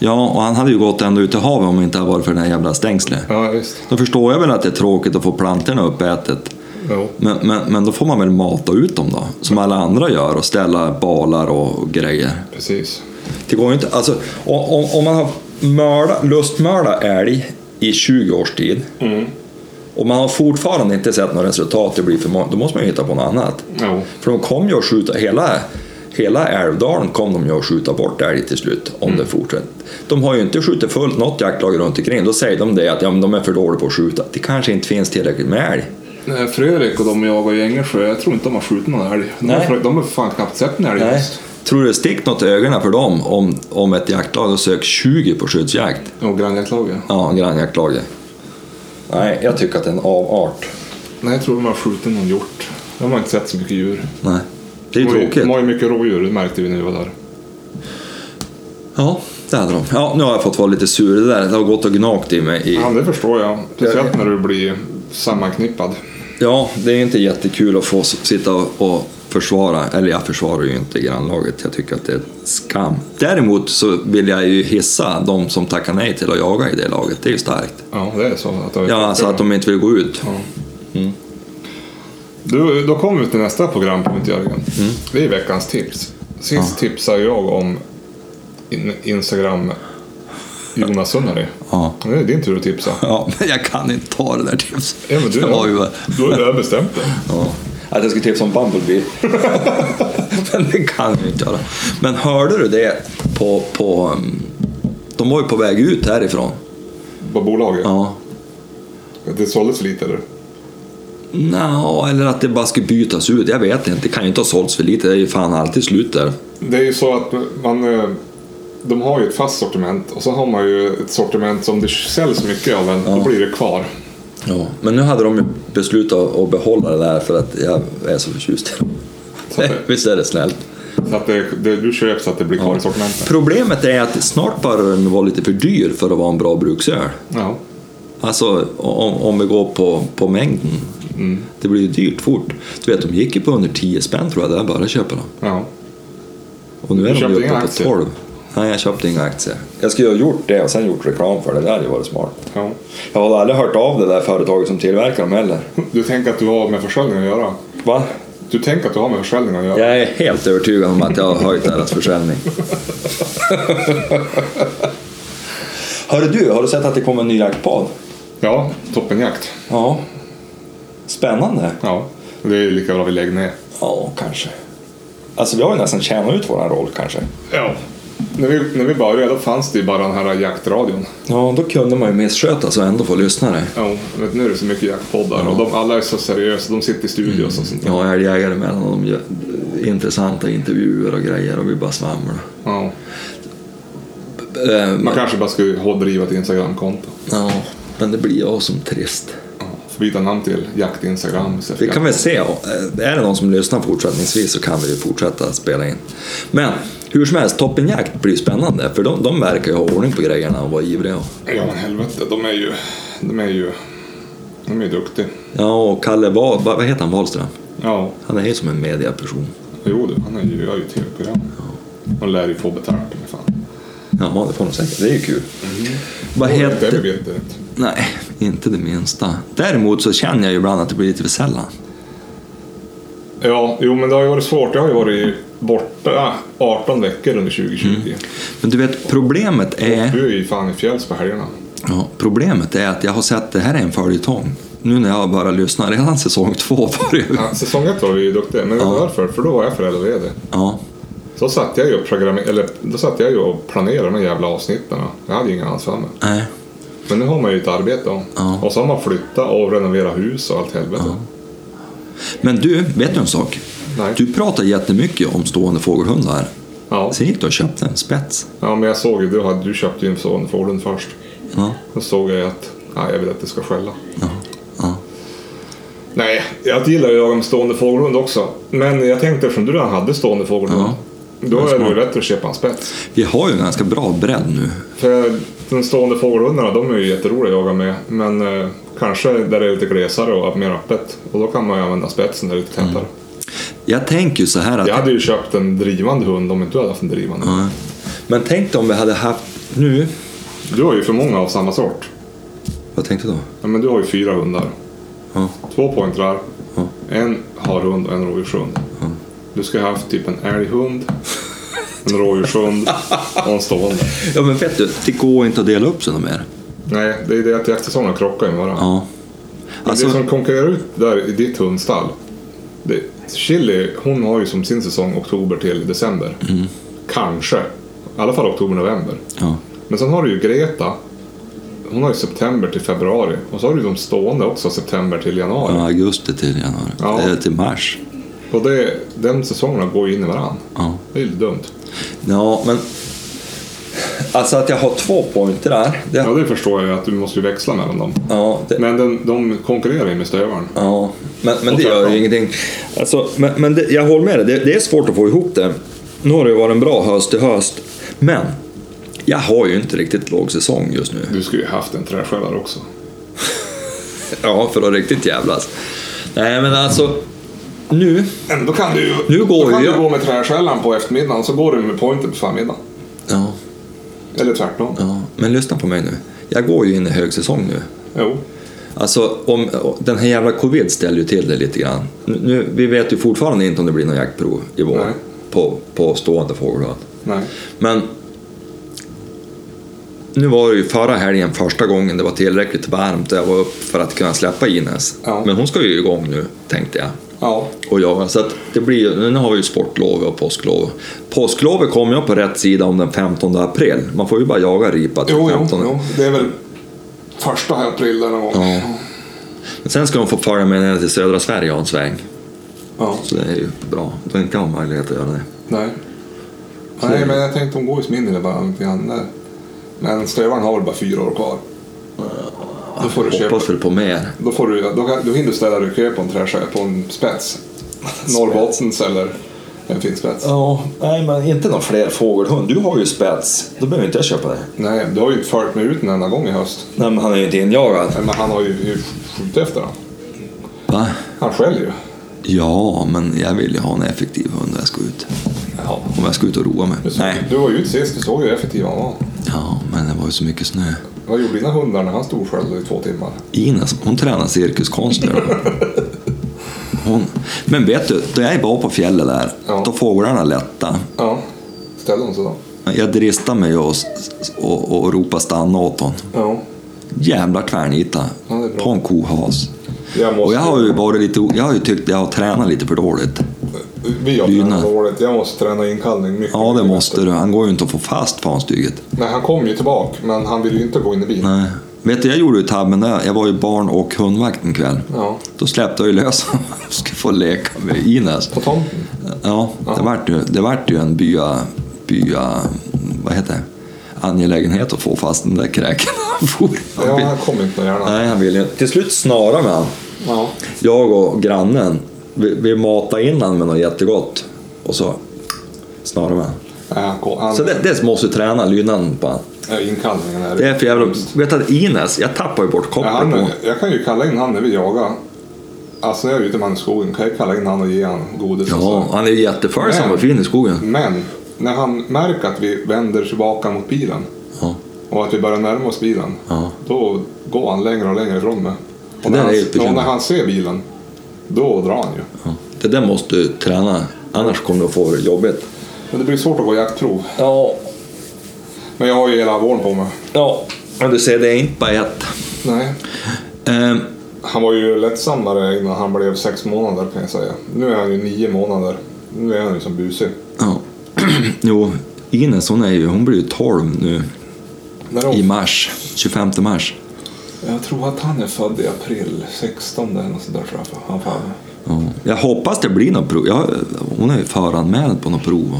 Ja, och han hade ju gått ända ut till havet om det inte hade varit för den här jävla stängslet. Ja, visst. Då förstår jag väl att det är tråkigt att få plantorna uppätet. Jo. Men, men, men då får man väl mata ut dem då, som alla andra gör och ställa balar och, och grejer. Precis. Det går ju inte, alltså om, om, om man har mörda, lustmördat älg i 20 års tid och man har fortfarande inte sett något resultat, det blir för många, då måste man ju hitta på något annat. Jo. För de kom ju att skjuta, hela, hela Älvdalen kom de ju att skjuta bort älg till slut om det fortsätter. De har ju inte skjutit fullt något jaktlag runt omkring. Då säger de det att ja, men de är för dåliga på att skjuta. Det kanske inte finns tillräckligt med älg. Nej, Frörik och de jagar i Ängelsjö. Jag tror inte de har skjutit någon älg. De, Nej. har, de har fan knappt sett en älg. just. Tror du det stick något i ögonen för dem om, om ett jaktlag har sökt 20 på skyddsjakt? Och grannjaktlaget. Ja, grannjaktlaget. Nej, jag tycker att det är en avart. Nej, jag tror de har skjutit någon hjort. De har inte sett så mycket djur. Nej, det är ju De har ju- tråkigt. De har ju mycket rådjur, det märkte vi när vi var där. Ja, det hade de. Ja, nu har jag fått vara lite sur. Det där det har gått och gnagt i mig. I... Ja, det förstår jag. Speciellt när du blir sammanknippad. Ja, det är inte jättekul att få s- sitta och, och försvara, eller jag försvarar ju inte grannlaget, jag tycker att det är skam. Däremot så vill jag ju hissa de som tackar nej till att jaga i det laget, det är ju starkt. Ja, det är så. Att Ja, alltså att de inte vill gå ut. Du, då kommer vi till nästa programpunkt Jörgen. Mm. Det är veckans tips. Sist tipsade jag om in, Instagram Jonas Sunnari. Ja. Nu är det din tur att tipsa. Ja, men jag kan inte ta det där tipset. Ja, men du, det var ju... du har ju överbestämt dig. Ja. Att jag skulle tipsa om Bumblebee. men det kan jag ju inte göra. Men hörde du det på... på um, de var ju på väg ut härifrån. På bolaget. Ja. Det såldes för lite eller? Nå, eller att det bara skulle bytas ut. Jag vet inte. Det kan ju inte ha sålts för lite. Det är ju fan alltid slut där. Det är ju så att man... eh, De har ju ett fast sortiment och så har man ju ett sortiment som det säljs mycket av en. Då blir det kvar. Ja. Men nu hade de ju beslutat att behålla det där för att jag är så förtjust i dem. Visst är det snällt? Så att det, det, du köper så att det blir kvar i sortimentet. Problemet är att snart börjar den vara lite för dyr för att vara en bra bruksöl. Ja. Alltså om, om vi går på, på mängden. Det blir ju dyrt fort. Du vet, de gick ju på under 10 spänn tror jag, där jag började köpa dem. ja. Och nu är de köpte ju inga uppe på aktier? 12. Nej, jag köpte inga aktier. Jag skulle ju ha gjort det och sen gjort reklam för det. Det hade ju varit smart. ja. Jag hade aldrig hört av det där företaget som tillverkar dem heller. Du tänker att du har med försäljning att göra? Va? Du tänker att du har med försäljning att göra? Jag är helt övertygad om att jag har höjt deras försäljning. Hörru du, har du sett att det kommer en ny jaktpad? Ja, toppenjakt. Ja. Spännande. Ja, det är lika bra vi lägger ner. Ja, kanske. Alltså vi har ju nästan tjänat ut våran roll kanske. Ja. När vi, när vi började då fanns det ju bara den här jaktradion. Ja, då kunde man ju missköta sig och ändå få lyssnare. Ja, men nu är det så mycket jaktpoddar och de, alla är så seriösa. De sitter i studios och sånt där. Ja, älgjägare emellan och de gör intressanta intervjuer och grejer och vi bara svamlar. Ja. Eh, Man kanske bara skulle ha driva ett Instagramkonto. Ja, men det blir jag som trist. Ja. Får byta namn till Jakt Instagram. istället för Mm. Vi kan väl se, eh, är det någon som lyssnar fortsättningsvis så kan vi ju fortsätta spela in. Men hur som helst, toppenjakt blir spännande för de, de verkar ju ha ordning på grejerna och vara ivriga. Jakt. Ja, men helvete. De är ju... De är ju... De är ju duktiga. Ja, och Kalle, vad, vad heter han, Wahlström? Ja, Han är ju som en mediaperson. jo du. Han är ju, gör ju tv-program. De lär ju få betalt. Men fan. Ja, det får de säkert. Det är ju kul. Vad Mm. Det heter... vet jag inte. Nej, inte det minsta. Däremot så känner jag ju ibland att det blir lite för sällan. Ja, jo men det har ju varit svårt. Jag har ju varit borta 18 veckor under 2020. Men du vet, problemet är... Du är ju fan i fjälls på helgerna. Ja, problemet är att jag har sett det här är en följetong. Nu när jag bara lyssnar, redan säsong två börjar Ja, säsong ett var vi ju duktiga, men vet du varför? För då var jag föräldraledig. Ja, Så satt jag ju och, programmer- eller, då satt jag ju och planerade de här jävla avsnitten. Jag hade ju inga ansvar med. nej. Men nu har man ju ett arbete. Då. Ja. Och så har man flyttat och renoverat hus och allt helvete. Men du, vet du en sak? Nej. Du pratar jättemycket om stående fågelhundar. Ja. Sen gick du och köpte en spets. ja, men jag såg ju, du, hade, du köpte ju en sån fordon först. Ja, Då såg jag ju att, nej jag vill att det ska skälla. ja, ja. Nej, jag gillar ju att jaga med stående fågelhund också. Men jag tänkte eftersom du redan hade stående fågelhund. Ja. Då Det är är det ju smart. bättre att köpa en spets. Vi har ju en ganska bra bredd nu. För de stående fågelhundarna de är ju jätteroliga att jaga med. Men eh, kanske där det är lite glesare och mer öppet. Och då kan man ju använda spetsen där lite tätare. Jag tänker ju så här att... Jag hade ju köpt en drivande hund om inte du hade haft en drivande. Ja. Men tänk dig om vi hade haft... Nu... Du har ju för många av samma sort. Vad tänkte du då? Ja, men du har ju fyra hundar. Ja. Två pointrar. Ja. En harhund och en rådjurshund. Du ska ha haft typ en älghund, en rådjurshund och en stående. Ja men vet du, det går inte att dela upp sig något mer. Nej, det är det att jaktsäsongen krockar med varandra. Ja. Men det Alltså, som konkurrerar ut där i ditt hundstall. Det, Chili, hon har ju som sin säsong oktober till december. Mm. Kanske. I alla fall oktober-november. ja. Men sen har du ju Greta. Hon har ju september till februari. Och så har du de stående också, september till januari. ja, augusti till januari. Ja. Eller till mars. Och det, de säsongerna går ju in i varandra. Ja. Det är ju dumt. ja, men... Alltså att jag har två pointer där. Det... Ja, Ja. det förstår jag ju att du måste ju växla mellan dem. det... Men den, de konkurrerar ju med stövaren. Ja, men, men Och det gör tvärtom. ju ingenting. Alltså, men men det, jag håller med dig, det, det är svårt att få ihop det. Nu har det ju varit en bra höst till höst, men jag har ju inte riktigt låg säsong just nu. Du skulle ju haft en träskällare också. Ja, för att riktigt jävlas. Nej, men alltså, nu, Men Då kan du, Nu går då kan ju- du gå med träskällan på eftermiddagen så går du med pointen på förmiddagen. ja, Eller tvärtom. ja, men lyssna på mig nu. Jag går ju in i högsäsong nu. Jo. Alltså, om, den här jävla covid ställer ju till det lite grann. Nu- Nu, vi vet ju fortfarande inte om det blir någon jaktprov i vår Nej. på, på stående fågelhund. Nej. Men nu var det ju förra helgen första gången det var tillräckligt varmt och jag var upp för att kunna släppa Ines. Ja. Men hon ska ju igång nu, tänkte jag. Ja. Och jaga. Så att det blir, ju- nu har vi ju sportlov och påsklov. Påsklovet kom jag på rätt sida om den 15 april. Man får ju bara jaga ripa till Jo, jo, 15 jo. Det är väl första april där någon gång. Ja. Men sen ska de få följa med ner till södra Sverige och en sväng. Ja. Så det är ju bra. Då inte har man möjlighet att göra det. Nej. Nej, men jag tänkte hon går ju smidigare bara lite grann där. Men stövaren har väl bara fyra år kvar. Då får du köpa. Hoppas väl på mer. Då, får du, då, kan, då hinner du ställa dig i kö på en träskö, på en spets. Norrbottens eller en finspets. Ja, nej men inte någon fler fågelhund. Du har ju spets. Då behöver inte jag köpa det. Nej, du har ju inte följt mig ut en enda gång i höst. Nej men han är ju inte injagad. Nej, Men han har ju, ju skjutit efter den. Va? Han skäller ju. Ja, men jag vill ju ha en effektiv hund när jag ska ut. Ja. Om jag ska ut och roa mig. Nej. Du var ju ute sist, du såg ju hur effektiv han var. Ja, men det var ju så mycket snö. Vad gjorde dina hundar när han stod själv i två timmar? Ines, hon tränar cirkuskonst nu. då. Hon... Men vet du, då jag var på fjället där, Ja. då fåglarna lätta. Ja. Ställde hon sig då? Jag dristade mig och, och, och ropade stanna åt hon. Ja. Jävla tvärnita Ja, det är bra. på en kohas. Jag måste, Och jag har ju varit lite, jag har ju tyckt att jag har tränat lite för dåligt. vi har Lydnad. tränat dåligt. Jag måste träna inkallning mycket. Ja, det mycket måste du. Han går ju inte att få fast fanstyget. bättre. Nej, han kom ju tillbaka, men han ville ju inte gå in i bilen. Nej. Vet du, jag gjorde ju tabben där. Jag var ju barn och hundvakt en kväll. Ja. Då släppte jag ju lös honom. Jag skulle få leka med Ines. På tomten? Ja, det vart ju, det vart ju en bya, bya... Vad heter det? Angelägenhet att få fast den där kräken. Han for. Ja, han kom inte gärna. Nej, han ville ju inte. Till slut snarade man. Ja. jag och grannen, vi, vi matade in han med något jättegott och så snarade man. Nej, Äh, han kom, han, Så det, det måste du träna lydnaden på. han. Ja, Inkallningen är Det är för jävla... Vet du att Ines, jag tappar ju bort Ja, kopplet han, på jag kan ju kalla in han när vi jagar. Alltså när jag är ute med han i skogen kan jag kalla in han och ge han godis. och Ja, så. han är ju jätteföljsam Nej. och fin i skogen. Men när han märker att vi vänder tillbaka mot bilen Ja. och att vi börjar närma oss bilen. Ja. Då går han längre och längre ifrån mig. Det Och där när, han, är ju ett bekymmer. och när han ser bilen, då drar han ju. Ja. Det där måste du träna, annars kommer du att få det jobbigt. Men det blir svårt att gå jaktprov. Ja, Men jag har ju hela våren på mig. ja. Men du ser, det är inte bara ett. Nej. Ehm, Han var ju lättsammare innan han blev sex månader kan jag säga. Nu är han ju nio månader. Nu är han ju som busig. ja. jo, Ines hon, är ju, hon blir ju 12 nu När i de, mars, 25 mars. jag tror att han är född i april, 16 eller något sånt där tror jag. Han fan. Ja. Jag hoppas det blir något prov. Jag, hon är ju föranmäld på något prov.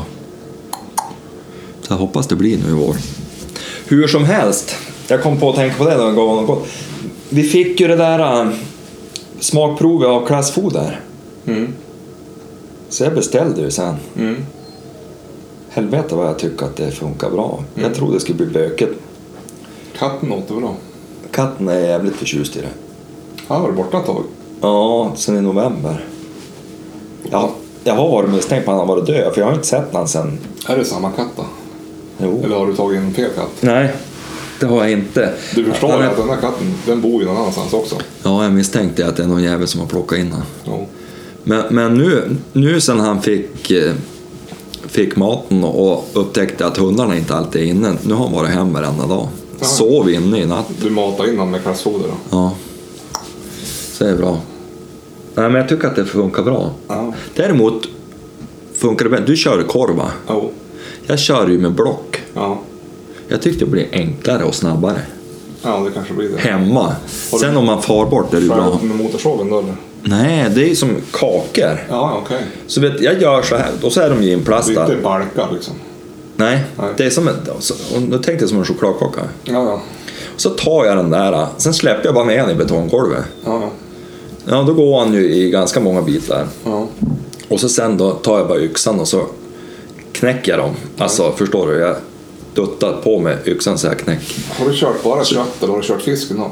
Så jag hoppas det blir nu i vår. Hur som helst, jag kom på att tänka på det när jag gav honom gott. Vi fick ju det där äh, smakprovet av klassfoder. Mm. Så jag beställde ju sen. Mm. Helvete vad jag tycker att det funkar bra. Jag trodde det skulle bli böket. Katten åt det väl då? Katten är jävligt förtjust i det. Han var borta ett tag. Ja, sen i november. Jag, jag har varit misstänkt på att han har varit död, för jag har inte sett honom sen... Är det samma katt då? Jo. Eller har du tagit in fel katt? Nej, det har jag inte. Du förstår Han ju är- att den här katten, den bor ju någon annanstans också. Ja, jag misstänkte att det är någon jävel som har plockat in honom. Ja. Men, men nu, nu sen han fick, eh, fick maten och upptäckte att hundarna inte alltid är inne, nu har han varit hem varenda dag. Ja. Sov inne i natt. Du matar in honom med klassfoder då? Ja. Så det är bra. Nej, men jag tycker att det funkar bra. Ja. Däremot funkar det bättre. Du kör korv va? Jo. Jag kör ju med block. Ja. Jag tyckte det blir enklare och snabbare. ja, det kanske blir det. Hemma. Har du- Sen om man far bort är det ju Skär bra. upp med motorsågen då eller? Nej, det är som kakor. Ja, okej. Så vet, jag gör så här, och så är de ju Det är inplastade. inte balkar liksom. Nej, Nej. det är som en, så- och nu tänkte jag som en chokladkaka. Ja, ja. Så tar jag den där, sen släpper jag bara ner den i betonggolvet. Ja, ja. Ja, då går han ju i ganska många bitar. ja. Och så sen då tar jag bara yxan och så knäcker jag dem. Alltså, förstår du? Jag duttar på med yxan så jag knäck. Har du kört bara kött eller har du kört fisken då?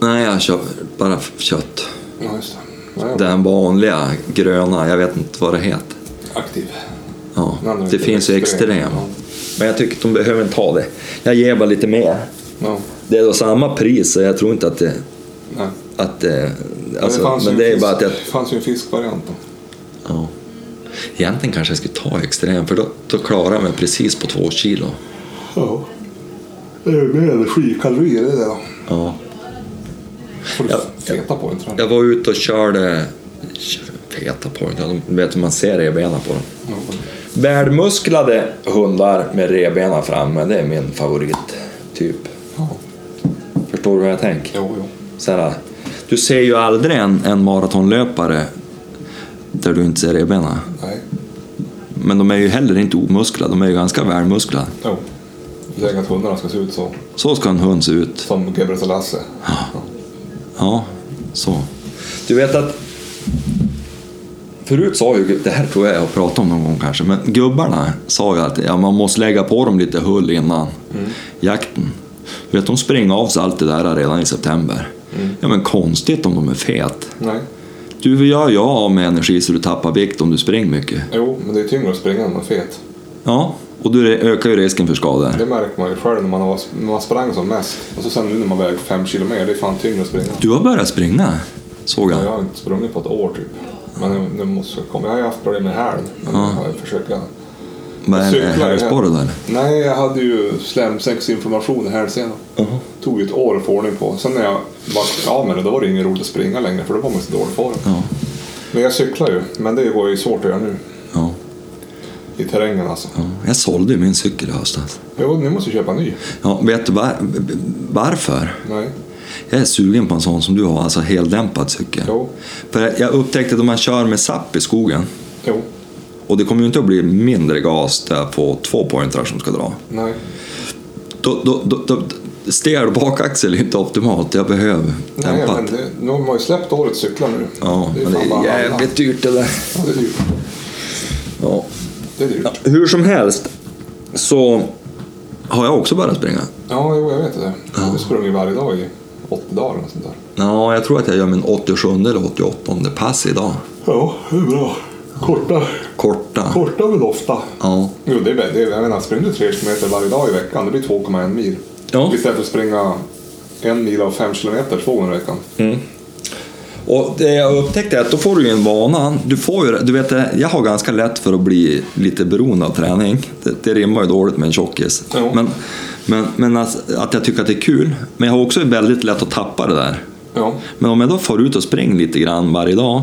Nej, jag kör bara f- kött. Ja, just det. Nej, Den vanliga gröna, jag vet inte vad det heter. Aktiv. Ja, Den andra det är finns ju extrem. extrem. Men jag tycker att de behöver inte ha det. Jag ger bara lite mer. Ja. Det är då samma pris så jag tror inte att det... Nej. Att det Men alltså, men det, fanns ju en är fisk- bara att jag... Det fanns ju en fiskvariant då. Ja. Egentligen kanske jag skulle ta extrem för då, då klarar jag mig precis på två kilo. Ja. Det är ju mer energikalorier i det då. Ja. Får du Ja, feta på den tror jag. Jag var ute och körde... Feta pojkar, de vet hur man ser revbenen på dem. Ja. Välmusklade hundar med revbenen framme, det är min favorittyp. Ja. Förstår du vad jag tänker? Jo, jo. Så här, du ser ju aldrig en, en maratonlöpare där du inte ser revbenen. Nej. Men de är ju heller inte omusklade, de är ju ganska välmusklade. Jo. Jag tänker att hundarna ska se ut så. Så Så ska en hund se ut. Som Gabriel och Lasse. Ja, så. Du vet att... Förut sa ju, det här tror jag jag har pratat om någon gång kanske, men gubbarna sa ju att ja, man måste lägga på dem lite hull innan jakten. Du vet, de springer av sig allt det där redan i september. Ja, men konstigt om de är fet. Nej. Du gör ju av med energi så du tappar vikt om du springer mycket. Jo, men det är tyngre att springa när man är fet. Ja, och du re- ökar ju risken för skador. Det märker man ju själv när man, har, när man sprang som mest. Och så sen nu när man väger fem kilo mer, det är fan tyngre att springa. Du har börjat springa, såg jag. Jag har inte sprungit på ett år typ. Men nu- nu måste jag komma. Jag har ju haft problem med hälen. Men nu har jag försökt. igen. Vad är det? Cyklar, ja. Hälsporre där? Nej, jag hade ju slemsäcksinflammation i hälsenan. Tog ju ett år att få ordning på. Sen när jag var av med det, då var det ingen roligt att springa längre för då var man i så dålig form. Ja. Men jag cyklar ju, men det går ju svårt att göra nu. Ja, I terrängen alltså. ja. Jag sålde ju min cykel i höstas. Jo, nu måste jag köpa en ny. Ja, vet du var, varför? Nej. Jag är sugen på en sån som du har, alltså heldämpad cykel. Jo. För jag upptäckte att om man kör med SAP i skogen, Jo. och det kommer ju inte att bli mindre gas där på två pointrar som ska dra. Nej. Då, då, då, då, stel bakaxel är inte optimalt, jag behöver Nej, dämpat. men det, nu har man ju släppt årets cyklar nu. Ja, är men det fan är bara alla. jävligt dyrt det där. Ja, det är dyrt. Ja. Det är dyrt. Ja, Hur som helst så har jag också börjat springa. jo, jag vet det. Jag har sprungit varje dag i 80 dagar eller sånt där. Ja, jag tror att jag gör min 87 eller 88 pass idag. Ja, det är bra. Korta, Korta. korta men ofta. Ja. Jo, det är, det är, jag menar, springer du 3 km varje dag i veckan, det blir 2,1 mil. Ja. Istället för att springa en mil av 5 km två gånger i veckan. Och det jag upptäckte är att då får du ju en vana. Du får ju, du vet, jag har ganska lätt för att bli lite beroende av träning. Det, det rimmar ju dåligt med en tjockis. Jo. Men, men, men att, att jag tycker att det är kul. Men jag har också väldigt lätt att tappa det där. Ja, Men om jag då får ut och springer lite grann varje dag,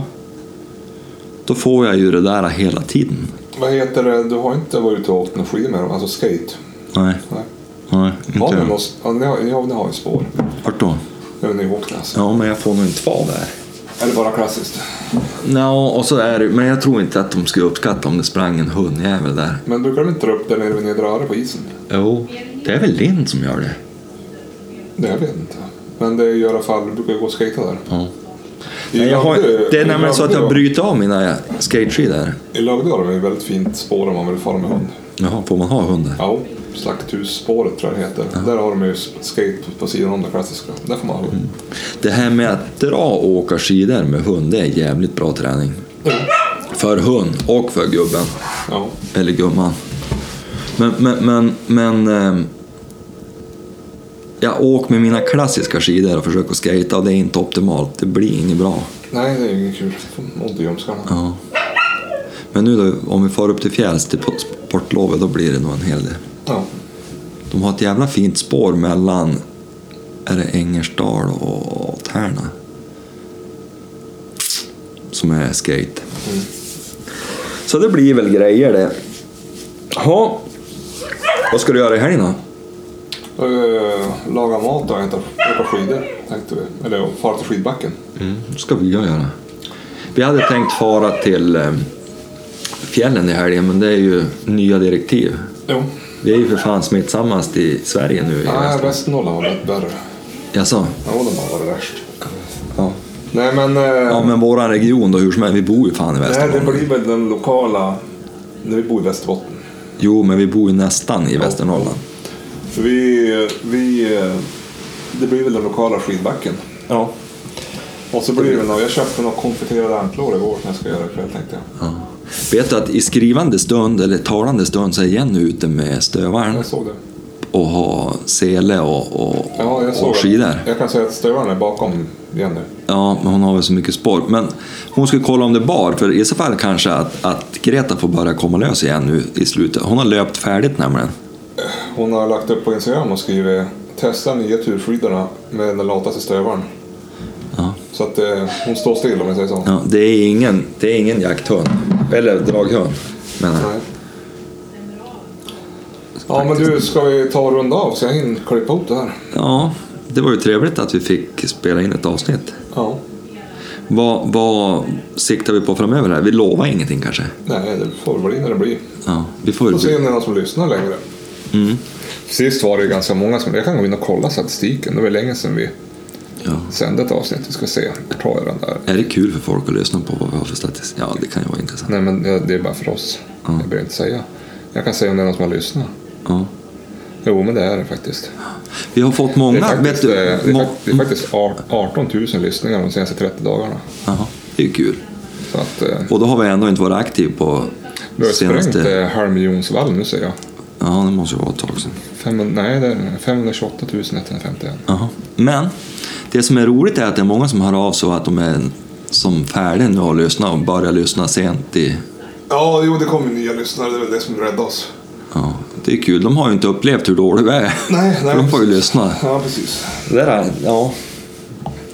då får jag ju det där hela tiden. vad heter det? Du har inte varit ute och åkt några skidor med dem, alltså skate? Nej, Nej. nej Har inte ni jag. något? Ja, ni har, ja, ni har ju spår. Vart då? Nu när ni åkte alltså. Ja, men jag får nog inte vara där. Är det bara klassiskt? Ja, och så är det, men jag tror inte att de skulle uppskatta om det sprang en hundjävel där. Men brukar de inte dra upp där nere vid nedre Öre på isen? Jo, det är väl Lind som gör det. Nej, jag vet inte. Men det är ju i alla fall, du brukar ju gå och skejta där. Ja. I Nej, jag har, Lagdö- det är i nämligen så att jag Lagdö- bryter av mina skateskidor. I Lagdö har de ju väldigt fint spår om man vill fara med hund. Jaha, får man ha hundar? Ja, slakthusspåret tror jag det heter. Där har de ju skate på sidan om det klassiska. Där får man ha Mm. hund. Det här med att dra och åka skidor med hund, det är jävligt bra träning. För hund och för gubben, Ja. eller gumman. Men, men, men, men... ehm, Jag åker med mina klassiska skidor och försöker skata och det är inte optimalt. Det blir inget bra. Nej, det är ju inget kul. Får Ont i ljumskarna. Ja. Men nu då, om vi far upp till fjälls till sportlovet, då blir det nog en hel del. Ja. De har ett jävla fint spår mellan är det Ängersdal och Tärna. Som är skate. Så det blir väl grejer det. Ja. Vad ska du göra i helgen då? Eh, laga mat och äta, åka skidor tänkte vi. Eller fara till skidbacken. Det ska vi göra. Vi hade tänkt fara till eh, fjällen i helgen men det är ju nya direktiv. Jo. Vi är ju för fan smittsammast i Sverige nu. i Nej, resten. Västernorrland var lite värre. Jaså? Ja, de har varit värst. Ja. Nej, men... eh, Ja men våran region då, hur som helst, vi bor ju fan i nej, det Västernorrland. blir väl den lokala... När vi bor i Västerbotten. Jo, men vi bor ju nästan i Västernorrland. För vi... vi eh, det blir väl den lokala skidbacken. Ja. Och så blir det nog, jag köpte några konfiterade ämtlår igår när jag ska göra ikväll tänkte jag. Ja. Vet du att i skrivande stund, eller talande stund, så är Jenny ute med stövaren Jag såg det. och har sele och, och, Ja, jag såg och det. skidor. Jag kan säga att stövaren är bakom Jenny. Ja, men hon har väl så mycket spår. Men hon ska kolla om det bar, för i så fall kanske att, att Greta får börja komma lös igen nu i slutet. Hon har löpt färdigt nämligen. Hon har lagt upp på Instagram och skrivit testa nya turskidorna med den lataste stövaren. Ja. Så att eh, hon står still om jag säger så. Ja, det, är ingen, det är ingen jakthund, eller draghund. Men, Nej. Ja men du, ska vi ta och runda av så jag hinner klippa ihop det här? ja, det var ju trevligt att vi fick spela in ett avsnitt. Ja. Vad, vad siktar vi på framöver här? Vi lovar ingenting kanske? Nej, det får väl bli när det blir. Ja, vi får Får väl... se om det är någon som lyssnar längre. Mm. Sist var det ganska många som... Jag kan gå in och kolla statistiken. Det var länge sedan vi Ja. sände ett avsnitt. Vi ska se. Var tar jag den där? Är det kul för folk att lyssna på vad vi har för statistik? Ja, det kan ju vara intressant. Nej men ja, det är bara för oss. Ja. Jag behöver inte säga. Jag kan säga om det är någon som har lyssnat. Ja. Jo men det är det faktiskt. Vi har fått Det är många... faktiskt, vet du, eh, det är, må- fak- det är faktiskt ar- 18 000 lyssningar de senaste 30 dagarna. Jaha, det är ju kul. Så att... eh, Och då har vi ändå inte varit aktiv på Vi har sprängt senaste... eh, halvmiljonsvallen nu säger jag. Ja, det måste ju vara ett tag sedan. Fem, nej, det är 528 151. Jaha. Men det som är roligt är att det är många som hör av sig och att de är som färdiga nu och lyssnar och börjar lyssna sent i... Ja, jo det kommer nya lyssnare. Det är väl det som räddar oss. Ja, det är kul. De har ju inte upplevt hur dålig vi är. Nej, nej. De får ju lyssna. Ja, precis. Det där, ja.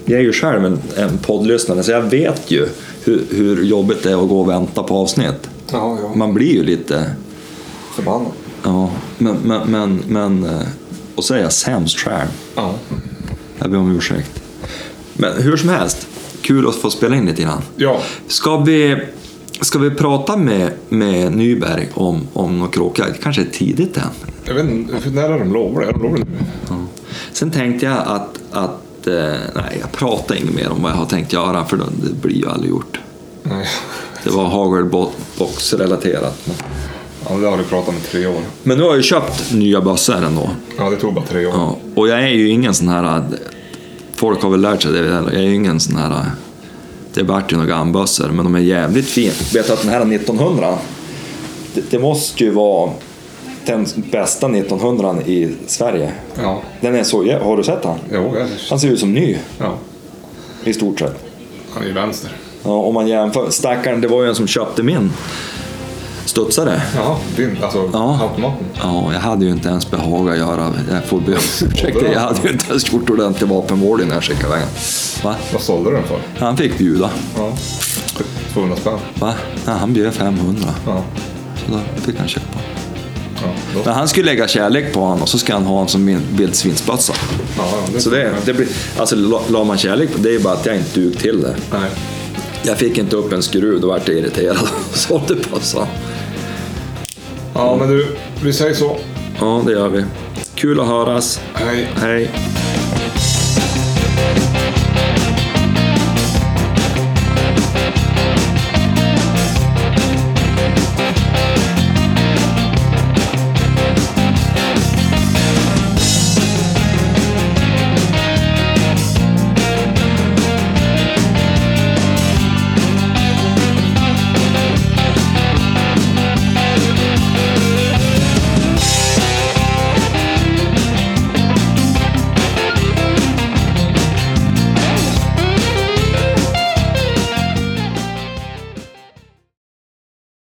Jag är ju själv en, en poddlyssnare så jag vet ju hur, hur jobbigt det är att gå och vänta på avsnitt. Ja, ja. Man blir ju lite... Förbannad. Ja, men... men, men, men eh, och så är jag sämst själv. Ja. Jag ber om ursäkt. Men hur som helst, kul att få spela in lite grann. Ja, Ska vi, ska vi prata med, med Nyberg om, om någon kråka? Det kanske är tidigt än. jag vet inte. hur- När är de lovliga? Är de lovliga nu? Ja. Sen tänkte jag att, att eh, nej, jag pratar inget mer om vad jag har tänkt göra för då- det blir ju aldrig gjort. Nej. Det var Hagelbox-relaterat. Men- Ja, det har du pratat om i tre år. Men nu har jag ju köpt nya bössor ändå. Ja, det tog bara tre år. Ja. Och jag är ju ingen sån här... äh, Folk har väl lärt sig det. Jag är ju ingen sån här... äh, Det vart ju några gammbössor, men de är jävligt fina. Vet du att den här 1900, det, det måste ju vara den bästa 1900 i Sverige. Ja. Den är så... jä- Har du sett den? Jo, jag, Han ser ut som ny ja. i stort sett. Han är ju vänster. Ja, om man jämför. Stackaren, det var ju en som köpte min studsare. Jaha, din. Alltså Ja. automaten. Ja, jag hade ju inte ens behagat göra... Jag får be om ursäkt. Jag hade ju inte ens gjort ordentlig vapenvård innan jag skickade iväg honom. Va? Vad sålde du den för? Han fick bjuda. Ja. 200 spänn. Va? Nej, han bjöd 500. Ja. Så då fick han köpa. Ja, då. Men han skulle lägga kärlek på honom och så ska han ha honom som min- vildsvinsbössa. ja, ja, Så det, det blir... Alltså, la, la man kärlek på det är ju bara att jag inte dug till det. Nej. Jag fick inte upp en skruv, då vart jag irriterad och sålde bössan. Ja, men du. Vi säger så. Ja, det gör vi. Kul att höras. Hej. Hej.